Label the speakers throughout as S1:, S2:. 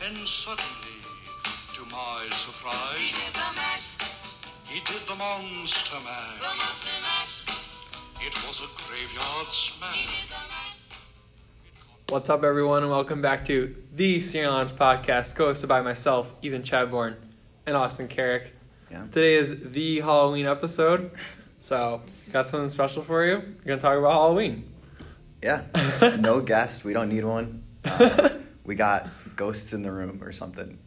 S1: Then suddenly, to my surprise, he did the monster mash. It was a graveyard smash.
S2: What's up, everyone, and welcome back to the Senior Lounge Podcast, co-hosted by myself, Ethan Chadbourne, and Austin Carrick.
S3: Yeah.
S2: Today is the Halloween episode, so got something special for you. We're gonna talk about Halloween.
S3: Yeah. no guest. We don't need one. Uh, we got ghosts in the room or something.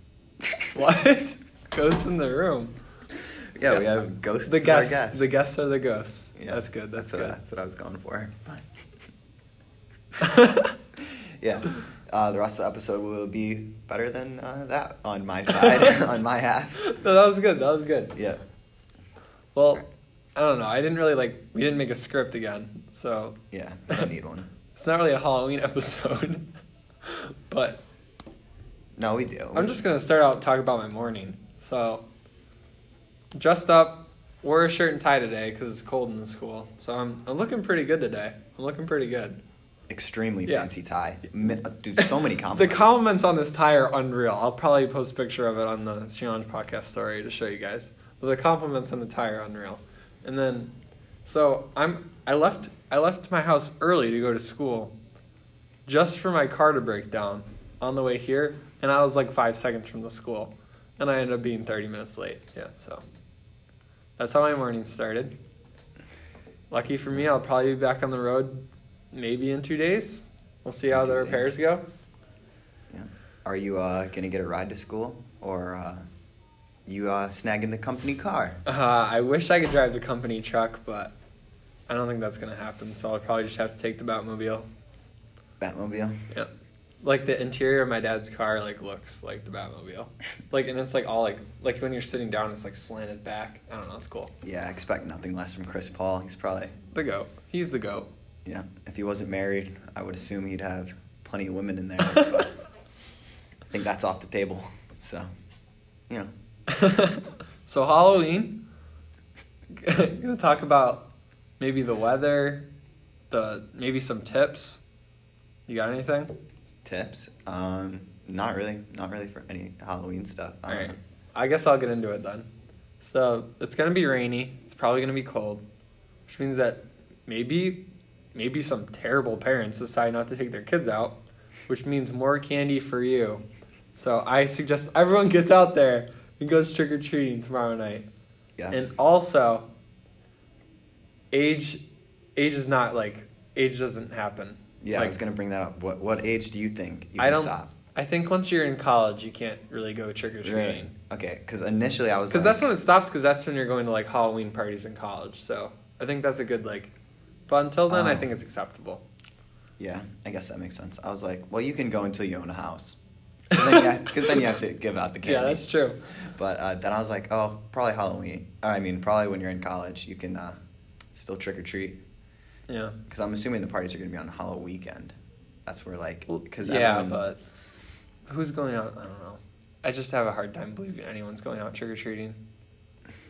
S2: What? ghosts in the room.
S3: Yeah, we have ghosts.
S2: The
S3: as our
S2: guests. The guests are the ghosts.
S3: Yeah,
S2: That's good. That's,
S3: what, that's what I was going for.
S2: good.
S3: Yeah. Uh, the rest of the episode will be better than uh, that on my side, on my half.
S2: no, that was good. That was good.
S3: Yeah.
S2: Well, I don't know. I didn't really like. We didn't make a script again, so
S3: Yeah. We don't need one.
S2: it's not really a Halloween episode. but
S3: No, we do.
S2: I'm just gonna start out talking about my morning. So, dressed up, wore a shirt and tie today because it's cold in the school. So I'm I'm looking pretty good today. I'm looking pretty good.
S3: extremely
S2: Yeah.
S3: fancy tie. Mi- uh, Dude, so many
S2: the
S3: compliments.
S2: comments on this tie are unreal. I'll probably post a picture of it on the Challenge podcast story to show you guys. But the compliments on the tie are unreal. And then, so I'm I left I left my house early to go to school, just for my car to break down on the way here, and I was like five seconds from the school, and I ended up being thirty minutes late. Yeah, so that's how my morning started. Lucky for me, I'll probably be back on the road, maybe in two days. We'll see how
S3: In
S2: the
S3: two days.
S2: repairs go.
S3: Yeah. Are you uh, gonna get a ride to school or uh, you uh, snagging the company car?
S2: Uh, I wish I could drive the company truck, but I don't think that's gonna happen. So I'll probably just have to take the Batmobile.
S3: Batmobile.
S2: Yeah, like the interior of my dad's car like looks like the Batmobile, like and it's like all like like when you're sitting down, it's like slanted back. I don't know, it's cool.
S3: Yeah, I expect nothing less from Chris Paul. He's probably
S2: The goat, he's the goat.
S3: yeah. If he wasn't married, I would assume he'd have plenty of women in there. But I think that's off the table. So, you know,
S2: so Halloween, gonna talk about maybe the weather, the maybe some tips. You got anything?
S3: tips. Um, not really, not really for any Halloween stuff. I
S2: All
S3: don't
S2: right.
S3: know.
S2: I guess I'll get into it then. So it's gonna be rainy. It's probably gonna be cold, which means that maybe, maybe some terrible parents decide not to take their kids out, which means more candy for you. So I suggest everyone gets out there and goes trick or treating tomorrow night.
S3: Yeah.
S2: And also, age, age is not like age doesn't happen.
S3: yeah, I
S2: Like,
S3: was gonna bring that up. What what age do you think you
S2: I
S3: can
S2: don't.
S3: stop?
S2: I think once you're in college, you can't really go trick or treating.
S3: Really? Okay, because initially I was
S2: Because
S3: like-
S2: that's when it stops. Because that's when you're going to like Halloween parties in college. So I think that's a good like. But until then, I
S3: Um,
S2: think it's acceptable.
S3: Yeah, I guess that makes sense. I was like, well, you can go until you own a house. Because then you have to give out the candy.
S2: Yeah, that's true.
S3: But uh, then I was like, oh, probably Halloween. Uh, I mean, probably when you're in college, you can uh, still trick or treat.
S2: Yeah.
S3: Because I'm assuming the parties are going to be on Halloween weekend. That's where, like, because
S2: yeah,
S3: everyone,
S2: but who's going out? I don't know. I just have a hard time believing anyone's going out trick or treating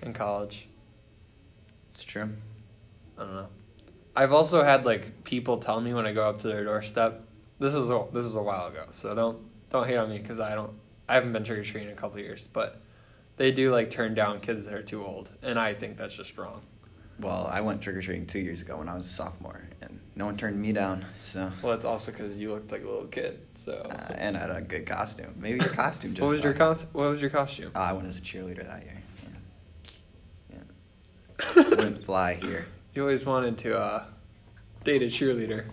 S2: in college.
S3: It's true.
S2: I don't know. I've also had like people tell me when I go up to their doorstep. This was a, this was a while ago, so don't don't hate on me because I don't I haven't been trick or treating in a couple of years, but they do like turn down kids that are too old, and I think that's just wrong.
S3: Well, I went trick or treating two years ago when I was a sophomore, and no one turned me down. So,
S2: Well, it's also because you looked like a little kid. So
S3: uh, and I had a good costume. Maybe your costume just.
S2: what was your
S3: sucked.
S2: cons- What was your costume?
S3: Uh, I went as a cheerleader that year. Yeah. yeah. Wouldn't fly here.
S2: You always wanted to uh, date a cheerleader.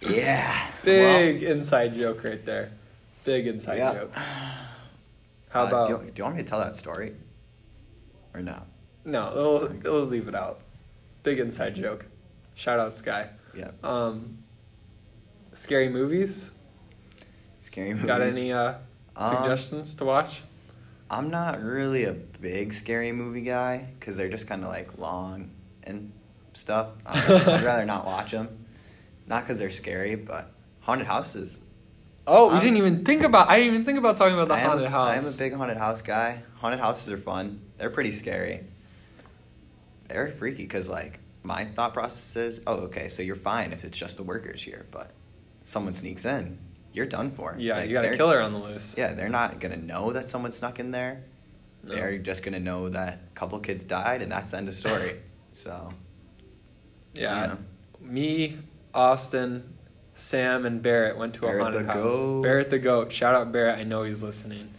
S3: Yeah.
S2: Big inside joke right there. Big inside
S3: Yeah.
S2: joke. How
S3: Well, uh,
S2: about
S3: do, you, do you want me to tell that story? Or no?
S2: no? We'll, we'll leave it out. Big inside joke. Shout out Sky.
S3: Yeah.
S2: Um, scary movies.
S3: Scary movies.
S2: Got any uh,
S3: Um,
S2: suggestions to watch?
S3: I'm not really a big scary movie guy because they're just kind of like long and stuff. I don't know. I'd rather not watch them. Not because they're scary, but haunted houses.
S2: Oh, we
S3: I'm-
S2: didn't even think about. I didn't even think about talking about the
S3: I am-
S2: haunted house.
S3: I am a big haunted house guy. Haunted houses are fun. They're pretty scary. They're freaky because like my thought process is, oh okay, so you're fine if it's just the workers here, but someone sneaks in, you're done for.
S2: Yeah,
S3: Like,
S2: you got a
S3: they're-
S2: killer on the loose.
S3: Yeah, they're not gonna know that someone snuck in there.
S2: No.
S3: They're just gonna know that a couple kids died, and that's the end of story. so
S2: Yeah.
S3: know.
S2: Me, Austin, Sam, and Barrett went to
S3: Barrett
S2: a haunted
S3: the
S2: house.
S3: goat.
S2: Barrett the goat. Shout out Barrett. I know he's listening.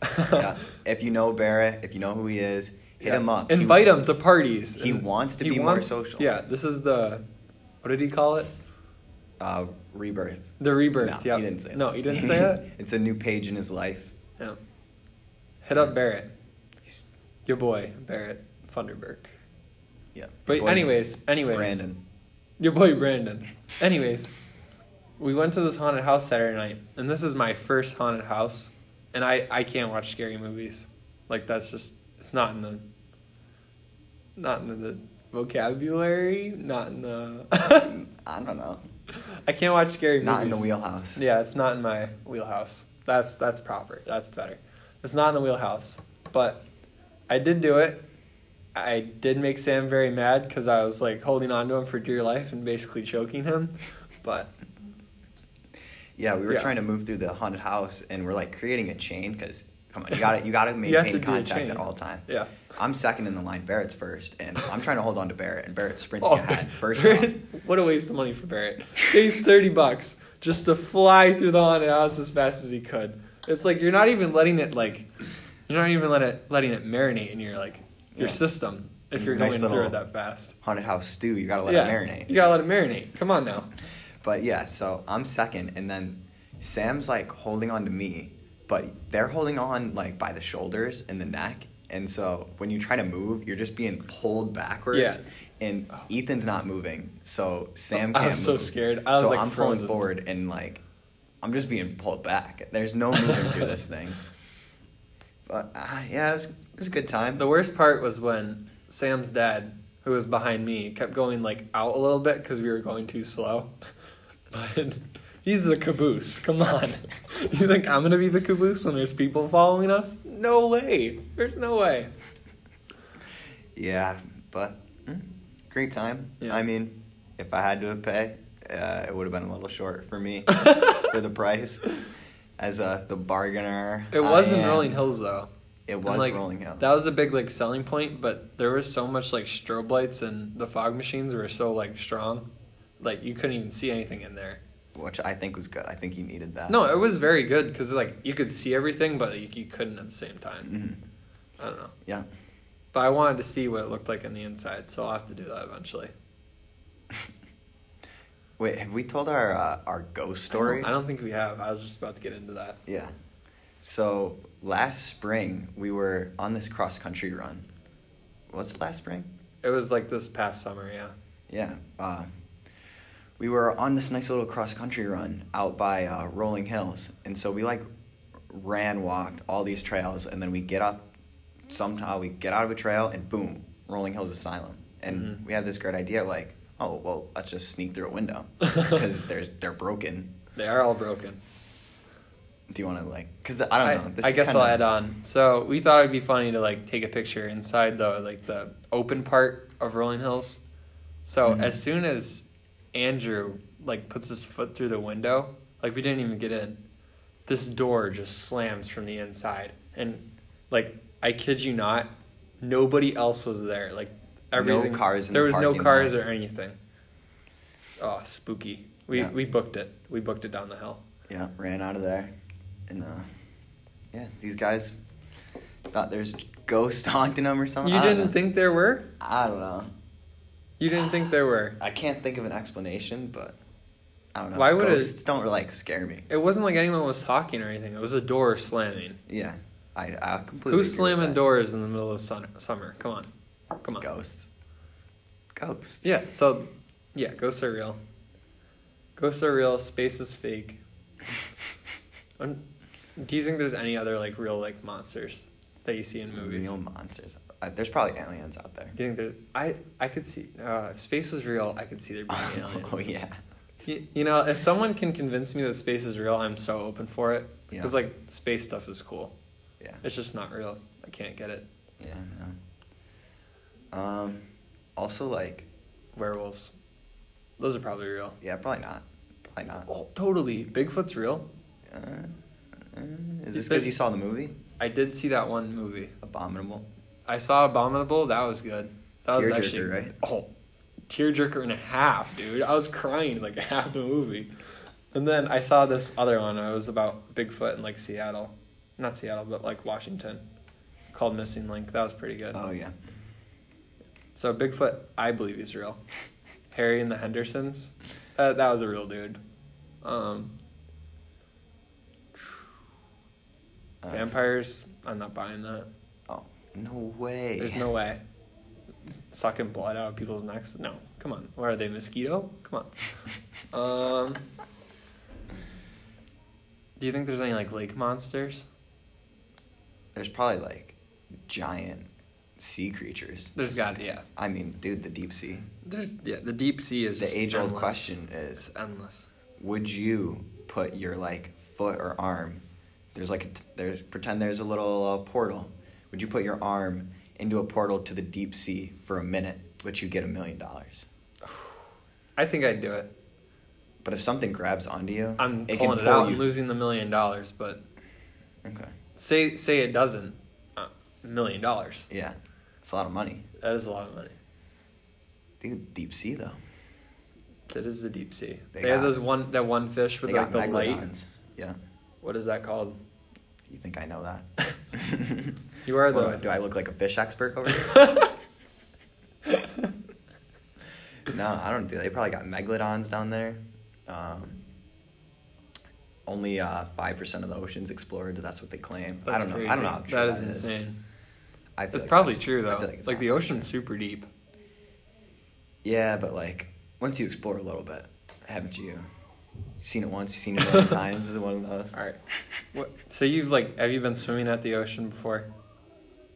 S3: yeah, if you know Barrett, if you know who he is, hit
S2: Yeah.
S3: him up. He-
S2: Invite him to parties.
S3: he wants to
S2: he
S3: be more social.
S2: Yeah, this is the what did he call it?
S3: Uh, rebirth.
S2: The rebirth.
S3: No,
S2: yeah.
S3: he didn't say.
S2: No,
S3: that.
S2: he didn't say that.
S3: it's a new page in his life.
S2: Yeah. Hit up Barrett.
S3: He's-
S2: Your boy Barrett Funderburk.
S3: Yeah.
S2: But
S3: Boy,
S2: anyways, anyways.
S3: Brandon.
S2: Your boy Brandon. Anyways, we went to this haunted house Saturday night, and this is my first haunted house, and I I can't watch scary movies. Like that's just it's not in the not in the vocabulary, not in the
S3: I don't know.
S2: I can't watch scary movies.
S3: Not in the wheelhouse.
S2: Yeah, it's not in my wheelhouse. That's that's proper. That's better. It's not in the wheelhouse, but I did do it. I did make Sam very mad because I was like holding on to him for dear life and basically choking him. But
S3: Yeah, we were
S2: Yeah.
S3: trying to move through the haunted house, and we're like creating a chain because come on, you got to you got to
S2: You have to
S3: maintain
S2: do a
S3: contact
S2: chain.
S3: at all time.
S2: yeah,
S3: I'm second in the line. Barrett's first, and I'm trying to hold on to Barrett, and Barrett's sprinting
S2: Oh,
S3: ahead first.
S2: Barrett-
S3: round.
S2: what a waste of money for Barrett. Pays thirty bucks just to fly through the haunted house as fast as he could. It's like you're not even letting it like you're not even let it, letting it marinate in your like your
S3: Yeah.
S2: system if
S3: In
S2: you're
S3: your nice
S2: going through
S3: little-
S2: it that fast.
S3: Haunted house stew, you got to let it marinate.
S2: You gotta let it marinate. Come on now.
S3: But yeah, so I'm second, and then Sam's like holding on to me, but they're holding on like by the shoulders and the neck. And so when you try to move, you're just being pulled backwards.
S2: Yeah.
S3: And Ethan's not moving, so Sam
S2: I
S3: can't
S2: was so
S3: move.
S2: scared. I was,
S3: so
S2: like,
S3: I'm
S2: frozen.
S3: pulling forward and like I'm just being pulled back. There's no moving through this thing. But uh, yeah, it was, it was a good time.
S2: The worst part was when Sam's dad, who was behind me, kept going like out a little bit because we were going too slow. But he's the caboose. Come on. You think I'm gonna be the caboose when there's people following us? No way. There's no way.
S3: Yeah, but mm, great time.
S2: Yeah.
S3: I mean, if I had to pay, uh, it would have been a little short for me for the price. As uh, the bargainer,
S2: It was
S3: I
S2: in
S3: am.
S2: Rolling Hills though.
S3: Oh, It
S2: And,
S3: was
S2: like,
S3: Rolling Hills.
S2: That was a big like selling point, but there was so much like strobe lights and the fog machines were so like strong, like you couldn't even see anything in there.
S3: which I think was good. I think you needed that.
S2: No, it was very good because like you could see everything, but like, you couldn't at the same time. I don't know,
S3: Yeah.
S2: but I wanted to see what it looked like on the inside, so I'll have to do that eventually.
S3: Wait, have we told our uh, our ghost story?
S2: I don't, I don't think we have. I was just about to get into that.
S3: Yeah. So last spring we were on this cross country run. Was it last spring?
S2: It was like this past summer, yeah.
S3: Yeah. Uh, we were on this nice little cross country run out by uh, Rolling Hills. And so we like ran, walked all these trails. And then we get up, somehow we get out of a trail and boom, Rolling Hills Asylum. And
S2: Mm-hmm.
S3: we have this great idea like, oh, well, let's just sneak through a window because they're, they're broken.
S2: They are all broken.
S3: Do you want to like, because I don't
S2: I,
S3: know. This
S2: I
S3: is
S2: guess I'll
S3: kinda-
S2: add on. So we thought it'd be funny to like take a picture inside the like the open part of Rolling Hills. So
S3: Mm-hmm.
S2: as soon as Andrew like puts his foot through the window, like we didn't even get in, this door just slams from the inside, and like I kid you not, nobody else was there. Like everything,
S3: cars in
S2: there
S3: the
S2: was no
S3: parking
S2: cars
S3: lot.
S2: or anything. Oh, spooky. We
S3: Yeah.
S2: we booked it. We booked it down the hill.
S3: Yeah, ran out of there. And uh, yeah, these guys thought there's ghosts haunting them or something.
S2: You
S3: Oh, I don't
S2: didn't
S3: know.
S2: think there were?
S3: I don't know.
S2: You didn't think there were?
S3: I can't think of an explanation, but I don't know.
S2: Why would it-
S3: ghosts don't like scare me?
S2: It wasn't like anyone was talking or anything. It was a door slamming.
S3: Yeah, I I completely. agree
S2: Who's
S3: with
S2: slamming
S3: that.
S2: doors in the middle of sun- summer? Come on, come on.
S3: Ghosts. Ghosts.
S2: Yeah. So, yeah, ghosts are real. Ghosts are real. Space is fake. Um, do you think there's any other like real like monsters that you see in movies?
S3: Real monsters. I, there's probably aliens out there.
S2: Do you think there's? I I could see. Uh, if space was real, I could see there being aliens.
S3: oh yeah.
S2: You, you know, if someone can convince me that space is real, I'm so open for it.
S3: Yeah.
S2: Because like space stuff is cool.
S3: Yeah.
S2: It's just not real. I can't get it.
S3: Yeah. No. Um. Also, like,
S2: werewolves. Those are probably real.
S3: yeah, probably not. Probably not.
S2: Oh, totally. Bigfoot's real.
S3: Uh, uh, is
S2: Is
S3: this because
S2: this-
S3: you saw the movie?
S2: I did see that one movie.
S3: Abominable.
S2: I saw Abominable. That was good. That was
S3: Tearjerker,
S2: actually
S3: right?
S2: oh, tearjerker and a half, dude. I was crying like half the movie. And then I saw this other one. It was about Bigfoot in like Seattle, not Seattle, but like Washington, called Missing Link. That was pretty good.
S3: Oh yeah.
S2: So Bigfoot, I believe he's real. Harry and the Hendersons, that that was a real dude. Um,
S3: Uh,
S2: vampires, I'm not buying that.
S3: Oh no way.
S2: There's no way. Sucking blood out of people's necks? No. Come on. What are they, mosquito? Come on. Um, do you think there's any like lake monsters?
S3: There's probably like giant sea creatures.
S2: There's got to yeah.
S3: I mean, dude, the deep sea.
S2: There's yeah. The deep sea is just
S3: The age old
S2: endless.
S3: question is
S2: It's endless.
S3: would you put your like foot or arm there's like a t- there's pretend there's a little uh, portal would you put your arm into a portal to the deep sea for a minute would you get a million dollars
S2: I think I'd do it.
S3: but if something grabs onto you
S2: I'm
S3: it
S2: pulling
S3: can
S2: it
S3: pull
S2: out
S3: you
S2: and losing the million dollars, but
S3: okay
S2: say say it doesn't. Uh, million dollars.
S3: yeah it's a lot of money
S2: That is a lot of money.
S3: dude deep sea though
S2: That is the deep sea.
S3: They
S2: They, have
S3: got-
S2: those one that one fish with
S3: they
S2: like the
S3: got
S2: light.
S3: megalodons yeah
S2: What is that called?
S3: you think i know that
S2: You are
S3: What
S2: the
S3: do I- do i look like a fish expert over here No, I don't do that. They probably got megalodons down there. Um, only uh, five percent of the ocean's explored. That's what they claim. I
S2: That's
S3: don't know. I don't know. How
S2: crazy.
S3: true
S2: That is
S3: is.
S2: insane.
S3: I
S2: It's
S3: feel like
S2: probably
S3: that's-
S2: true
S3: I
S2: though.
S3: feel
S2: Like,
S3: it's not
S2: the
S3: that
S2: ocean's
S3: true.
S2: super deep.
S3: Yeah, but like once you explore a little bit, haven't you? Seen it once, seen it a million times. Is one of those.
S2: All right. What? So you've like have you been swimming at the ocean before?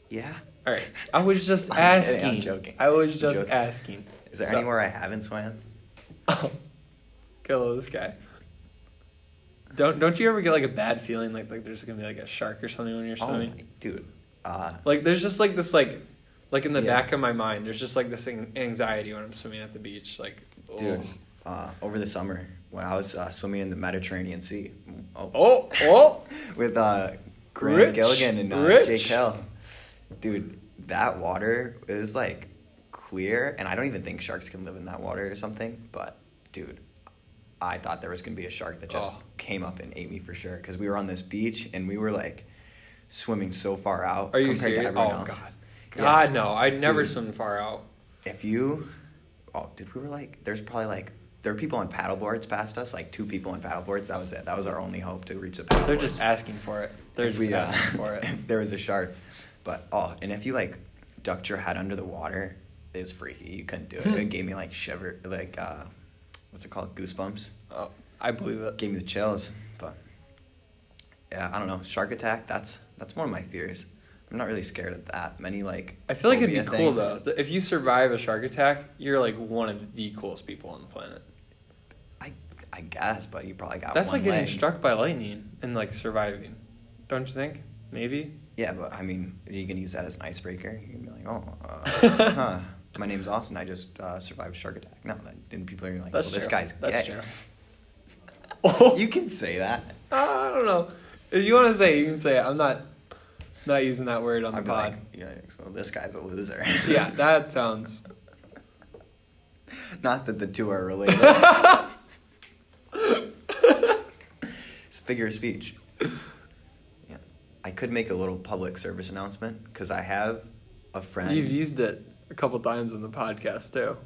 S3: Yeah.
S2: All right. I was just
S3: I'm
S2: asking.
S3: kidding, I'm joking.
S2: I was
S3: I'm
S2: just
S3: joking.
S2: asking.
S3: Is there
S2: So-
S3: anywhere I haven't swam?
S2: Oh, kill this guy. Don't don't you ever get like a bad feeling like like there's gonna be like a shark or something when you're
S3: Oh,
S2: swimming?
S3: my, dude. Uh,
S2: Like there's just like this like like in the
S3: Yeah.
S2: back of my mind there's just like this an- anxiety when I'm swimming at the beach like oh.
S3: dude. Uh, over the summer, when I was uh, swimming in the Mediterranean Sea. Oh.
S2: Oh, oh.
S3: with uh Grant
S2: Rich,
S3: Gilligan and uh,
S2: rich.
S3: Jake Hill. Dude, that water is like clear, and I don't even think sharks can live in that water or something. But dude, I thought there was gonna be a shark that just
S2: Oh.
S3: came up and ate me for sure because we were on this beach and we were like swimming so far out
S2: Are you
S3: compared
S2: serious?
S3: to
S2: Oh
S3: everyone else.
S2: god.
S3: Yeah.
S2: God no, I never
S3: Dude.
S2: swim far out.
S3: If you, oh, dude, we were like, there's probably like. There were people on paddleboards past us, like two people on paddleboards. That was it. That was our only hope to reach the paddleboards.
S2: They're just asking for it. They're
S3: if
S2: just
S3: we, uh,
S2: asking for it.
S3: if there was a shark. But oh, and if you like ducked your head under the water, it was freaky. You couldn't do it.
S2: Hmm.
S3: it gave me like shiver, like uh, what's it called, goosebumps.
S2: Oh, I believe it.
S3: Gave me the chills. But yeah, I don't know. Shark attack. That's that's one of my fears. I'm not really scared of that many. Like
S2: I feel like it'd be
S3: phobia
S2: cool
S3: things.
S2: though. Th- If you survive a shark attack, you're like one of the coolest people on the planet.
S3: I I guess, but you probably got
S2: That's
S3: one
S2: like getting
S3: leg.
S2: struck by lightning and like surviving. Don't you think? Maybe.
S3: Yeah, but I mean, you can use that as an icebreaker. You can be like, oh, uh, huh, my name's Austin. I just uh, survived a shark attack. No, that, then people are gonna be like,
S2: That's
S3: well,
S2: true.
S3: this guy's
S2: That's
S3: gay.
S2: true.
S3: You can say that.
S2: Uh, I don't know. If you want to say, it, you can say it. I'm not not using that word on the
S3: I'd be
S2: pod.
S3: like, yikes, well, this guy's a loser.
S2: Oh yeah, that sounds.
S3: Not that the two are related. it's a figure of speech. Yeah. I could make a little public service announcement because I have a friend.
S2: You've used it a couple times on the podcast too.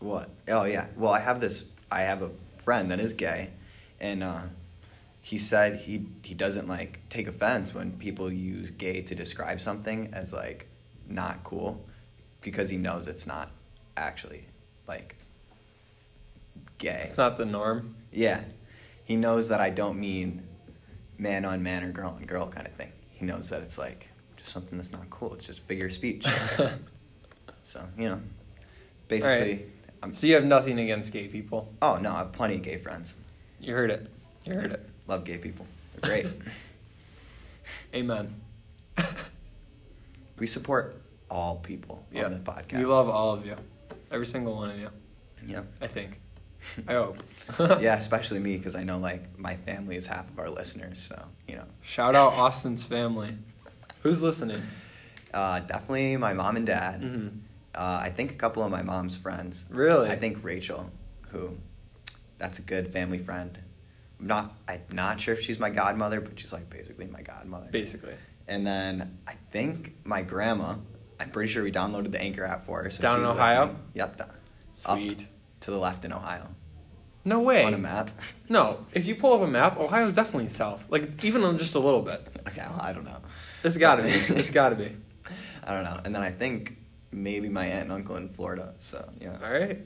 S3: What? Oh yeah. Well, I have this. I have a friend that is gay, and uh, he said he he doesn't like take offense when people use gay to describe something as like not cool, because he knows it's not actually like gay.
S2: It's not the norm.
S3: Yeah. He knows that I don't mean man on man or girl on girl kind of thing. He knows that it's like just something that's not cool. It's just figure of speech. so, you know, basically, I'm,
S2: So you have nothing against gay people.
S3: oh no, I have plenty of gay friends.
S2: You heard it. You heard it.
S3: Love gay people. They're great.
S2: Amen.
S3: we support all people on the podcast.
S2: We love all of you. Every single one of you,
S3: Yeah.
S2: I think. I hope.
S3: yeah, especially me because I know like my family is half of our listeners, so you know.
S2: Shout out Austin's family. Who's listening?
S3: Uh, definitely my mom and dad.
S2: Mhm.
S3: Uh, I think a couple of my mom's friends.
S2: Really?
S3: I think Rachel, who, that's a good family friend. I'm not. I'm not sure if she's my godmother, but she's like basically my godmother.
S2: Basically.
S3: And then I think my grandma. I'm pretty sure we downloaded the Anchor app for her. So
S2: Down in
S3: she's
S2: Ohio?
S3: listening. Yep. Down, up
S2: Sweet.
S3: to the left in Ohio.
S2: No way.
S3: On a map.
S2: No, if you pull up a map, Ohio's definitely south. Like even on just a little bit.
S3: Okay, well, I don't know.
S2: It's gotta be. It's gotta be.
S3: I don't know. And then I think maybe my aunt and uncle in Florida. So yeah.
S2: All right.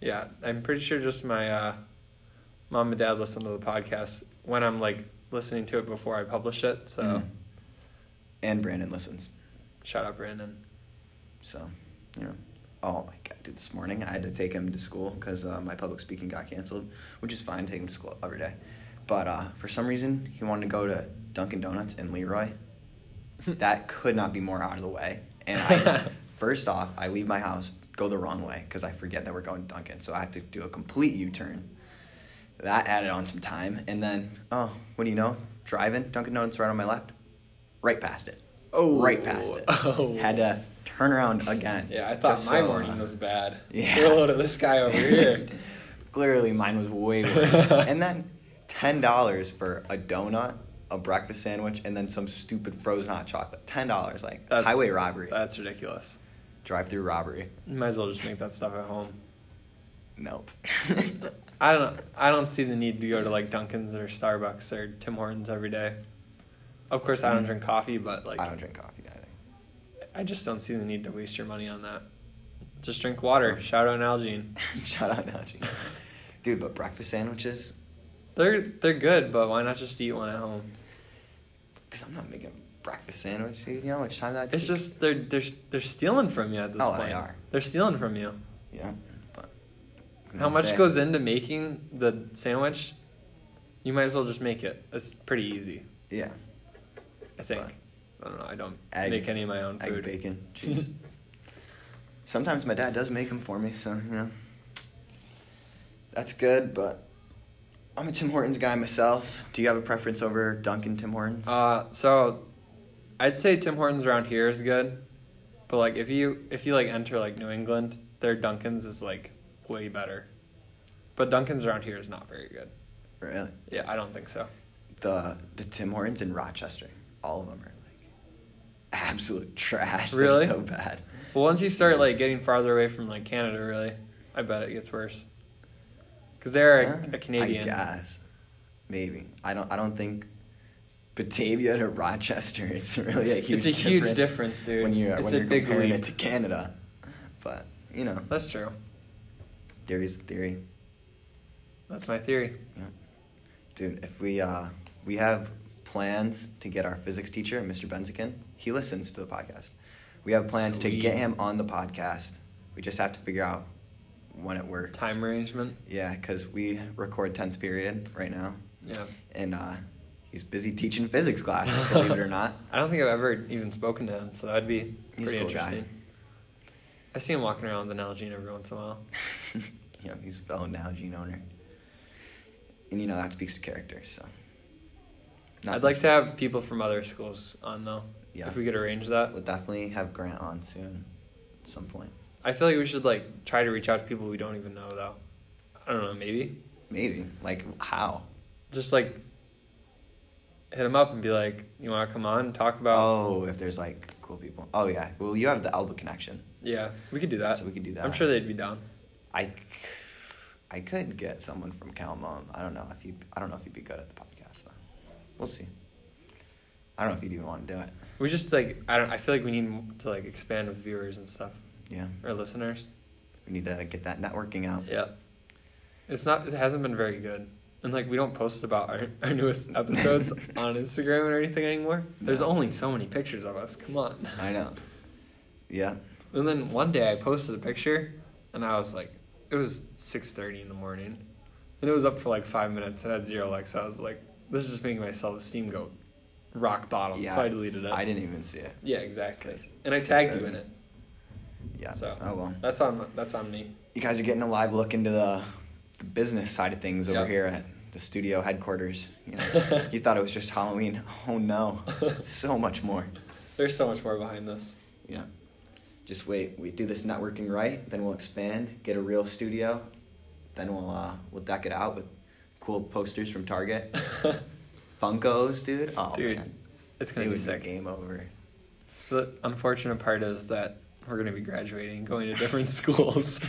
S2: Yeah, I'm pretty sure just my uh, mom and dad listen to the podcast when I'm like listening to it before I publish it. So
S3: Mhm. And Brandon listens.
S2: shout out Brandon.
S3: So, you know. Oh my god, dude! This morning I had to take him to school because uh, my public speaking got canceled, which is fine. Take him to school every day, but uh, for some reason he wanted to go to Dunkin' Donuts in Leroy. that could not be more out of the way. And I, first off, I leave my house, go the wrong way because I forget that we're going to Dunkin', so I have to do a complete U-turn. That added on some time, and then oh, what do you know? Driving Dunkin' Donuts right on my left, right past it.
S2: Oh.
S3: right past it.
S2: Oh.
S3: Had to turn around again.
S2: Yeah, I thought
S3: Just
S2: my
S3: so,
S2: morning
S3: uh,
S2: was bad.
S3: yeah.
S2: Get a load of this guy over here.
S3: Clearly, mine was way worse. and then ten dollars for a donut, a breakfast sandwich, and then some stupid frozen hot chocolate. Ten dollars, like
S2: That's-
S3: highway robbery,
S2: That's ridiculous.
S3: drive-through robbery.
S2: You might as well just make that stuff at home.
S3: Nope.
S2: I don't. I don't see the need to go to like Dunkin's or Starbucks or Tim Hortons every day. Of course, I don't drink coffee, but like
S3: Mm. I don't drink coffee either.
S2: I just don't see the need to waste your money on that. Just drink water. Shout out Nalgene.
S3: Shout out Najee. Dude, but breakfast sandwiches,
S2: They're they're good, but why not just eat one at home?
S3: because I'm not making a breakfast sandwich. Dude. You know how much time that
S2: It's
S3: takes?
S2: just they're they're they're stealing from you at this
S3: Oh,
S2: point.
S3: they are.
S2: They're stealing from you.
S3: yeah. But I'm
S2: How
S3: gonna
S2: much
S3: say-
S2: goes into making the sandwich? You might as well just make it. It's pretty easy,
S3: Yeah,
S2: I think.
S3: Right.
S2: I don't know. I don't
S3: Egg-
S2: make any of my own
S3: egg
S2: food.
S3: bacon, cheese. Sometimes my dad does make them for me, so you know that's good. But I'm a Tim Hortons guy myself. Do you have a preference over Dunkin' Tim Hortons?
S2: Uh, so I'd say Tim Hortons around here is good, but like if you if you like enter like New England, their Dunkin's is like way better. But Dunkin's around here is not very good.
S3: really?
S2: Yeah, I don't think so.
S3: The the Tim Hortons in Rochester, all of them are like absolute trash.
S2: Really?
S3: They're so bad.
S2: Well, once you start like getting farther away from like Canada, really, I bet it gets worse. Cause they're
S3: Huh?
S2: a, a Canadian.
S3: I guess. Maybe. I don't I don't think Batavia to Rochester is really a huge
S2: It's a huge difference, dude.
S3: When you're
S2: It's
S3: when
S2: a
S3: you're
S2: big
S3: comparing
S2: leap.
S3: it to Canada. But you know,
S2: That's true.
S3: theory's the theory.
S2: That's my theory.
S3: Yeah. Dude, if we uh we have plans to get our physics teacher, Mr. Benzikin, he listens to the podcast. We have plans to get
S2: Sweet.
S3: him on the podcast. We just have to figure out when it works.
S2: Time arrangement.
S3: Yeah, because we record 10th period right now.
S2: Yeah.
S3: and uh, he's busy teaching physics class, believe it or not.
S2: I don't think I've ever even spoken to him, so that'd be
S3: He's a
S2: pretty
S3: cool guy.
S2: interesting. I see him walking around with an Nalgene every once in a while.
S3: yeah, he's a fellow Nalgene owner. And you know, that speaks to character, so. Not
S2: I'd like
S3: much-
S2: to have people from other schools on though.
S3: Yeah.
S2: If we could arrange that.
S3: We'll definitely have Grant on soon, at some point.
S2: I feel like we should like try to reach out to people we don't even know though. I don't know, maybe.
S3: Maybe. Like, how?
S2: Just like hit them up and be like, "You want to come on and talk about?"
S3: Oh, if there's like cool people. Oh, yeah. Well, you have the Elba connection.
S2: Yeah, we could do that.
S3: So we could do that.
S2: I'm sure they'd be down.
S3: I, c- I could get someone from Calmon. I don't know if you. I don't know if you'd be good at the podcast, though. We'll see. I don't know if you'd even want to do it.
S2: We just like I don't. I feel like we need to like expand with viewers and stuff
S3: Yeah.
S2: or listeners.
S3: We need to get that networking out.
S2: Yeah. It's not it hasn't been very good. And like we don't post about our, our newest episodes on Instagram or anything anymore. There's
S3: No.
S2: only so many pictures of us. Come on.
S3: I know. Yeah.
S2: And then one day I posted a picture and I was like it was six thirty in the morning. And it was up for like five minutes and had zero likes. I was like, this is just making my self esteem go rock bottom.
S3: Yeah.
S2: So I deleted it.
S3: I didn't even see it.
S2: Yeah, exactly.
S3: Cause
S2: And I
S3: it's
S2: tagged you
S3: 6:30.
S2: in it.
S3: Yeah.
S2: So
S3: Oh well.
S2: that's on that's on me.
S3: You guys are getting a live look into the the business side of things over
S2: Yep.
S3: here at the studio headquarters. You know, you thought it was just Halloween. Oh no, so much more.
S2: There's so much more behind this.
S3: Yeah. Just wait. We do this networking right, then we'll expand, get a real studio, then we'll uh, we'll deck it out with cool posters from Target, Funkos, dude. Oh
S2: Dude,
S3: man,
S2: it's gonna
S3: it
S2: be
S3: was
S2: sick.
S3: game over.
S2: The unfortunate part is that we're gonna be graduating, going to different schools,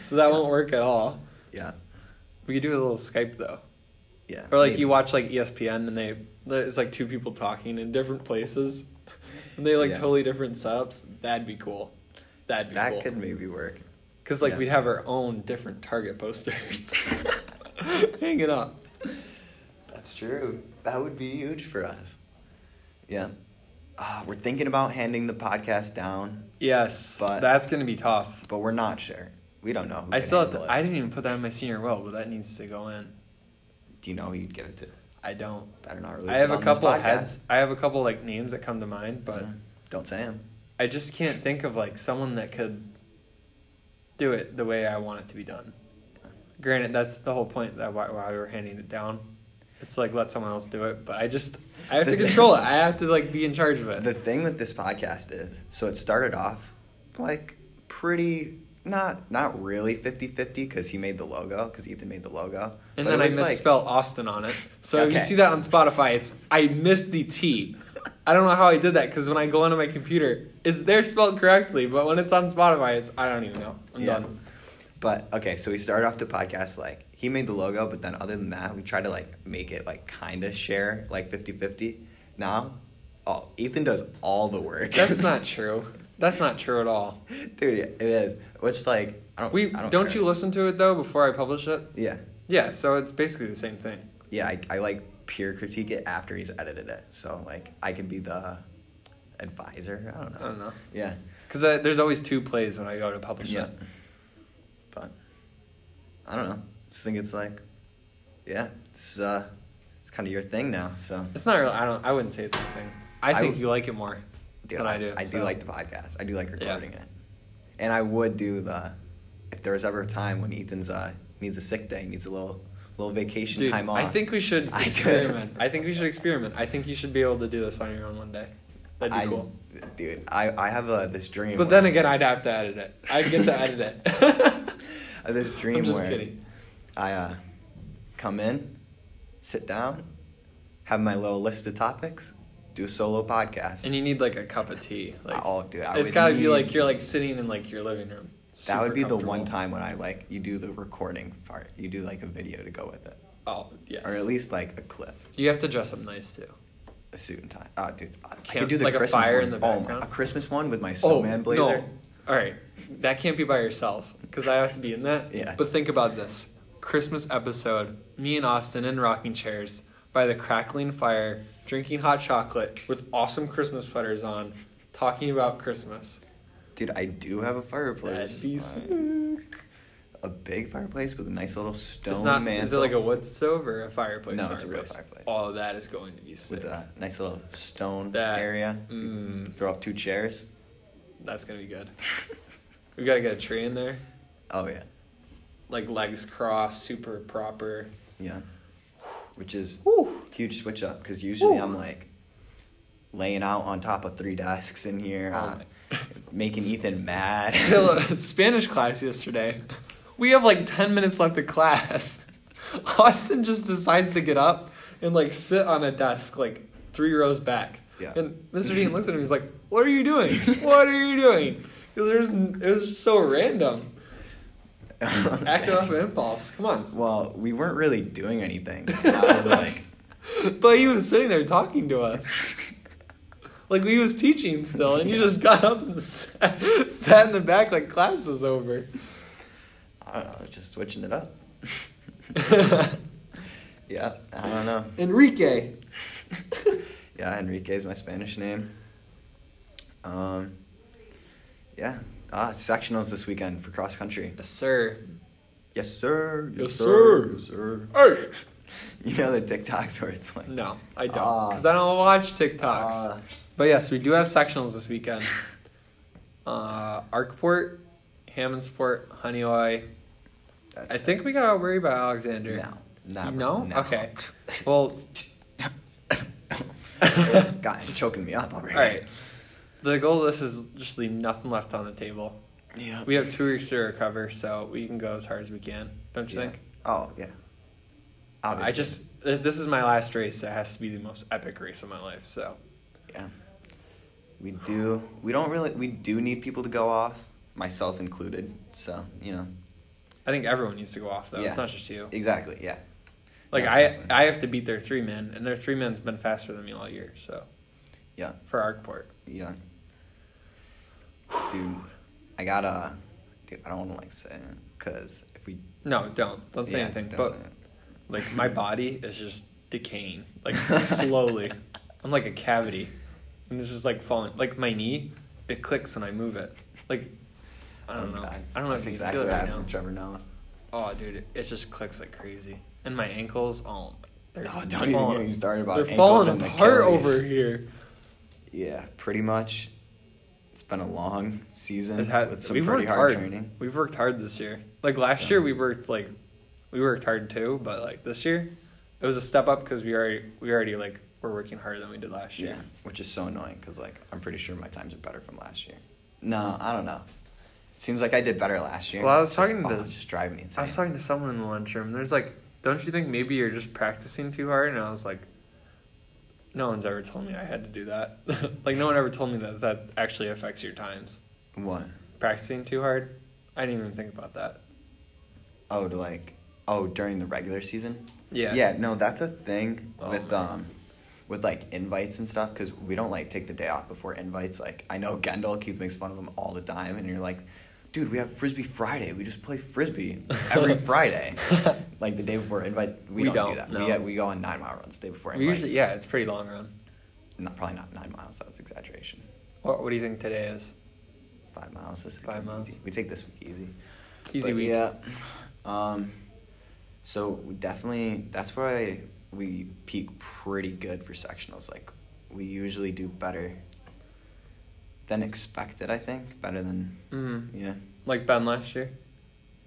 S2: so that won't work at all.
S3: Yeah,
S2: We could do a little Skype though,
S3: yeah.
S2: or like
S3: Maybe.
S2: you watch like E ESPN and they there's like two people talking in different places, and they like
S3: Yeah.
S2: totally different setups. That'd be cool. That'd be
S3: that
S2: cool.
S3: could maybe work.
S2: Because like
S3: Yeah.
S2: we'd have our own different target posters hanging up.
S3: That's true. That would be huge for us. Yeah. Uh, we're thinking about handing the podcast down,
S2: Yes,
S3: But-
S2: that's gonna be tough.
S3: but we're not sure. We don't know. Who
S2: I
S3: can
S2: still have to.
S3: handle
S2: I
S3: it.
S2: didn't even put that in my senior will, but that needs to go in.
S3: Do you know who you'd give it to?
S2: I don't.
S3: Better not release.
S2: I have
S3: it
S2: a
S3: on this
S2: couple of
S3: podcast. Uh-huh.
S2: heads. I have a couple like names that come to mind, but
S3: Yeah. Don't say him.
S2: I just can't think of like someone that could do it the way I want it to be done. Granted, that's the whole point that why, why we were handing it down. It's to, like let someone else do it, but I just I have to control it. I have to like be in charge of it.
S3: The thing with this podcast is, so it started off like pretty not not really 50-50 because he made the logo because Ethan made the logo.
S2: And
S3: But
S2: then
S3: it
S2: I
S3: was, like-
S2: misspelled Austin on it. So if you
S3: Okay.
S2: see that on Spotify, it's I missed the T. I don't know how I did that because when I go into my computer, it's there spelled correctly, but when it's on Spotify, it's I don't even know. I'm
S3: Yeah.
S2: done.
S3: But okay, so we started off the podcast like he made the logo, but then other than that, we tried to like make it like kind of share like 50-50. Now, oh, Ethan does all the work.
S2: That's not true. That's not true at all.
S3: dude. It is. Which like I don't.
S2: We
S3: I
S2: don't,
S3: don't, care.
S2: you listen to it though before I publish it?
S3: Yeah,
S2: Yeah, so it's basically the same thing.
S3: yeah. I, I like peer critique it after he's edited it, so like I can be the advisor. I don't know.
S2: I don't know
S3: Yeah,
S2: because there's always two plays when I go to publish
S3: yeah.
S2: it.
S3: But I don't know. Just think it's like, yeah, it's uh, it's kind of your thing now. So.
S2: It's not really. I don't. I wouldn't say it's something. I
S3: I
S2: think
S3: w-
S2: you like it more
S3: Dude,
S2: than
S3: I,
S2: I, do.
S3: I do
S2: so.
S3: like the podcast. I do like recording it. And I would do the if there was ever a time when Ethan's uh needs a sick day, needs a little little vacation
S2: Dude,
S3: time off.
S2: I think we should
S3: I could-
S2: experiment. I think we should experiment. I think you should be able to do this on your own one day. That'd be
S3: I-
S2: cool.
S3: Dude, I, I have a this dream.
S2: But
S3: where-
S2: then again, I'd have to edit it. I'd get to edit it.
S3: I have this dream
S2: I'm just
S3: where
S2: kidding.
S3: I uh, come in, sit down, have my little list of topics, do a solo podcast.
S2: And you need like a cup of tea. Like,
S3: oh, dude, I
S2: it's
S3: would
S2: gotta be
S3: need-
S2: like you're like sitting in like your living room.
S3: that would
S2: Super
S3: be the one
S2: comfortable.
S3: time when I like you do the recording part. You do like a video to go with it,
S2: Oh yes.
S3: or at least like a clip.
S2: you have to dress up nice too.
S3: a suit and tie. Oh, dude, I, I
S2: Camp-
S3: could do the
S2: like a
S3: Christmas
S2: fire
S3: one.
S2: in the
S3: Oh, my,
S2: background? Oh,
S3: a Christmas one with my snowman blazer.
S2: All right, that can't be by yourself because I have to be in that.
S3: Yeah.
S2: But think about this Christmas episode: me and Austin in rocking chairs by the crackling fire, drinking hot chocolate with awesome Christmas sweaters on, talking about Christmas.
S3: Dude, I do have a fireplace.
S2: That'd be
S3: Uh,
S2: sick.
S3: a big fireplace with a nice little stone
S2: It's not.
S3: mantle.
S2: Is it like a wood stove or a fireplace?
S3: No, it's a real fireplace.
S2: Oh, that is going to be sick.
S3: with uh, a nice little stone
S2: That-
S3: area.
S2: mm.
S3: Throw up two chairs.
S2: That's gonna be good. we gotta get a tree in there,
S3: Oh yeah,
S2: like legs crossed, super proper.
S3: yeah. Which is
S2: Whew.
S3: huge switch up because usually
S2: Woo.
S3: I'm like laying out on top of three desks in here,
S2: Oh,
S3: uh,
S2: my-
S3: making Ethan mad.
S2: Pillow- Spanish class yesterday. We have like 10 minutes left of class. Austin just decides to get up and like sit on a desk like three rows back.
S3: Yeah.
S2: And Mr. Dean looks at him. He's like, "What are you doing? What are you doing?" Because there's n- it was just so random. Acting off of impulse. Come on.
S3: Well, we weren't really doing anything. I was like.
S2: But he was sitting there talking to us. Like he was teaching still, and he just got up and sat, sat in the back like class was over.
S3: I don't know, just switching it up. yeah, I don't know.
S2: Enrique.
S3: Yeah, Enrique is my Spanish name. Um, yeah. Ah, sectionals this weekend for cross country.
S2: Yes, sir.
S3: Yes, sir.
S2: Yes, sir.
S3: Yes, sir.
S2: Hey.
S3: You know the TikToks where it's like,
S2: No, I don't,
S3: Ah.
S2: because I don't watch TikToks.
S3: Ah.
S2: but yes, we do have sectionals this weekend. uh, Arkport, Hammondsport, Honeyoy,
S3: That's
S2: I think we gotta worry about Alexander.
S3: No, never.
S2: No?
S3: No.
S2: Okay. Well,
S3: it. God, you're choking me up already.
S2: all right. The goal of this is just leave nothing left on the table.
S3: Yeah.
S2: We have two weeks to recover, so we can go as hard as we can. Don't you
S3: Yeah.
S2: think?
S3: Oh yeah.
S2: I
S3: Obviously.
S2: just th- this is my last race. It has to be the most epic race of my life. So
S3: yeah. We do. We don't really. We do need people to go off, myself included. So you know.
S2: I think everyone needs to go off though.
S3: Yeah.
S2: It's not just you.
S3: Exactly. Yeah.
S2: Like
S3: No,
S2: I,
S3: definitely.
S2: I have to beat their three men, and their three men's been faster than me all year. So
S3: Yeah.
S2: for Arkport,
S3: Yeah. Dude, I gotta. Dude, I don't want to like say it because if we
S2: no, don't don't say
S3: Yeah,
S2: anything.
S3: don't
S2: But
S3: say it.
S2: like my body is just decaying, like slowly. I'm like a cavity, and it's just like falling. Like my knee, it clicks when I move it. Like I don't
S3: Oh,
S2: know.
S3: God.
S2: I don't know
S3: That's
S2: if you
S3: exactly
S2: feel it
S3: what
S2: right
S3: happened
S2: now.
S3: to Trevor Nellis.
S2: Oh, dude, it, it just clicks like crazy. And my ankles, oh, they're
S3: Oh, don't even get me started about
S2: They're
S3: ankles
S2: falling
S3: and
S2: apart
S3: Achilles.
S2: over here.
S3: Yeah, pretty much. It's been a long season
S2: It's had,
S3: with some
S2: we've
S3: pretty
S2: worked
S3: hard,
S2: hard.
S3: training.
S2: We've worked hard this year. Like last
S3: So-
S2: year, we worked like we worked hard too, but like this year, it was a step up because we already we already like were working harder than we did last year.
S3: Yeah, which is so annoying because like I'm pretty sure my times are better from last year. No, I don't know. Seems like I did better last year.
S2: Well, I was
S3: It's just-
S2: talking to-
S3: oh, it's just driving me insane.
S2: I was talking to someone in the lunchroom. There's like, don't you think maybe you're just practicing too hard? And I was like, no one's ever told me I had to do that. like no one ever told me that that actually affects your times.
S3: what?
S2: Practicing too hard. I didn't even think about that.
S3: Oh, to like oh during the regular season.
S2: Yeah.
S3: Yeah, no, that's a thing
S2: Oh,
S3: with
S2: man.
S3: um with like invites and stuff because we don't like take the day off before invites. Like I know Gendel Keith makes fun of them all the time, and you're like, dude, we have frisbee Friday. We just play frisbee every Friday, like the day before invite.
S2: We
S3: We, don't, do
S2: don't,
S3: that.
S2: no.
S3: We, uh, we go on nine mile runs the day before
S2: We
S3: invites.
S2: usually yeah, it's pretty long run.
S3: Not, probably not nine miles. That was exaggeration.
S2: What what do you think today is?
S3: Five miles. This is
S2: Five
S3: gonna be
S2: miles.
S3: Easy. We take this week easy.
S2: Easy
S3: But
S2: week.
S3: Yeah. Um, so we definitely, that's where I, we peak pretty good for sectionals. Like, we usually do better than expected, I think. Better than,
S2: Mhm.
S3: yeah.
S2: Like Ben last year.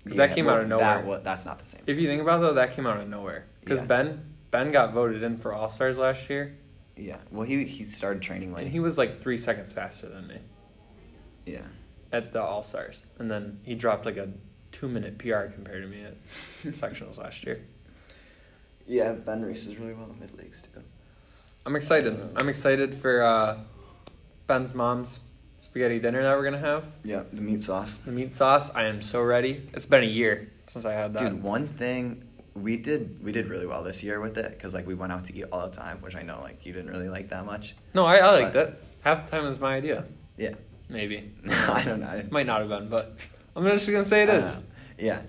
S2: 'Cause that came out of
S3: well,
S2: nowhere.
S3: That, wa- that's not the same.
S2: If you think about it, though, that came out of nowhere. Because
S3: Yeah.
S2: Ben Ben got voted in for All Stars last year,
S3: yeah. Well, he, he started training late.
S2: and he was like three seconds faster than me
S3: yeah.
S2: at the All Stars, and then he dropped like a two minute PR compared to me at sectionals last year.
S3: Yeah, Ben races really well at mid leagues, too.
S2: I'm excited. I'm excited for uh, Ben's mom's spaghetti dinner that we're gonna have.
S3: Yeah, the meat sauce.
S2: The meat sauce. I am so ready. It's been a year since I had that.
S3: Dude, one thing we did we did really well this year with it because like we went out to eat all the time, which I know like you didn't really like that much.
S2: no, I, I like
S3: but-
S2: that. Half the time it was my idea.
S3: Yeah,
S2: Maybe.
S3: I don't know.
S2: Might not have been, but I'm just gonna say it
S3: I don't
S2: is.
S3: know. Yeah,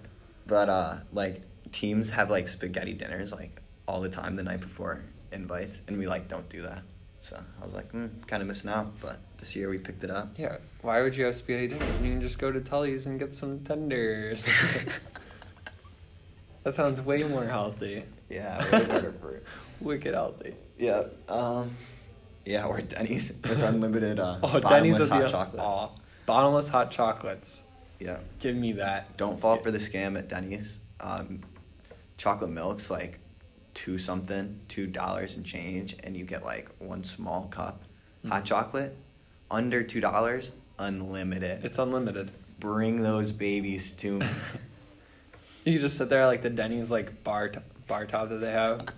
S3: but uh, like teams have like spaghetti dinners like all the time the night before invites, and we like don't do that. So I was like, mm, kind of missing out. But this year we picked it up.
S2: Yeah, why would you have spaghetti dinner? You can just go to Tully's and get some tenders. that sounds way more healthy.
S3: Yeah, way better for-
S2: Wicked healthy.
S3: Yeah. Um. Yeah, or Denny's with unlimited uh,
S2: Oh,
S3: bottomless
S2: Denny's is
S3: hot
S2: the
S3: chocolate.
S2: Aw, bottomless hot chocolates.
S3: Yeah.
S2: Give me that.
S3: Don't fall for the scam at Denny's. Um, chocolate milk's like two something, two dollars and change, and you get like one small cup.
S2: Mm-hmm.
S3: Hot chocolate, under two dollars, unlimited.
S2: It's unlimited.
S3: Bring those babies to me.
S2: You can just sit there like the Denny's like bar t- bar top that they have.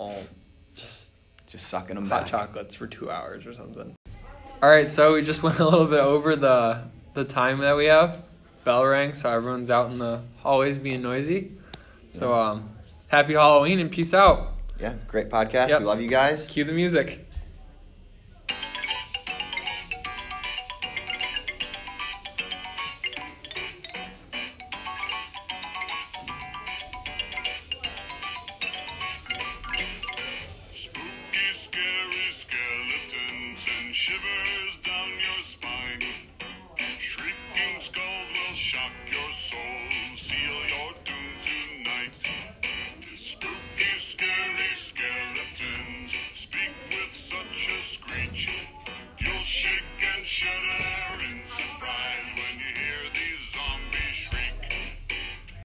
S2: Oh, just
S3: Just sucking them
S2: hot
S3: back.
S2: chocolates for two hours or something. All right, so we just went a little bit over the the time that we have. Bell rang, so everyone's out in the hallways being noisy. So um, happy Halloween and peace out.
S3: Yeah, great podcast.
S2: Yep.
S3: We love you guys.
S2: Cue the music.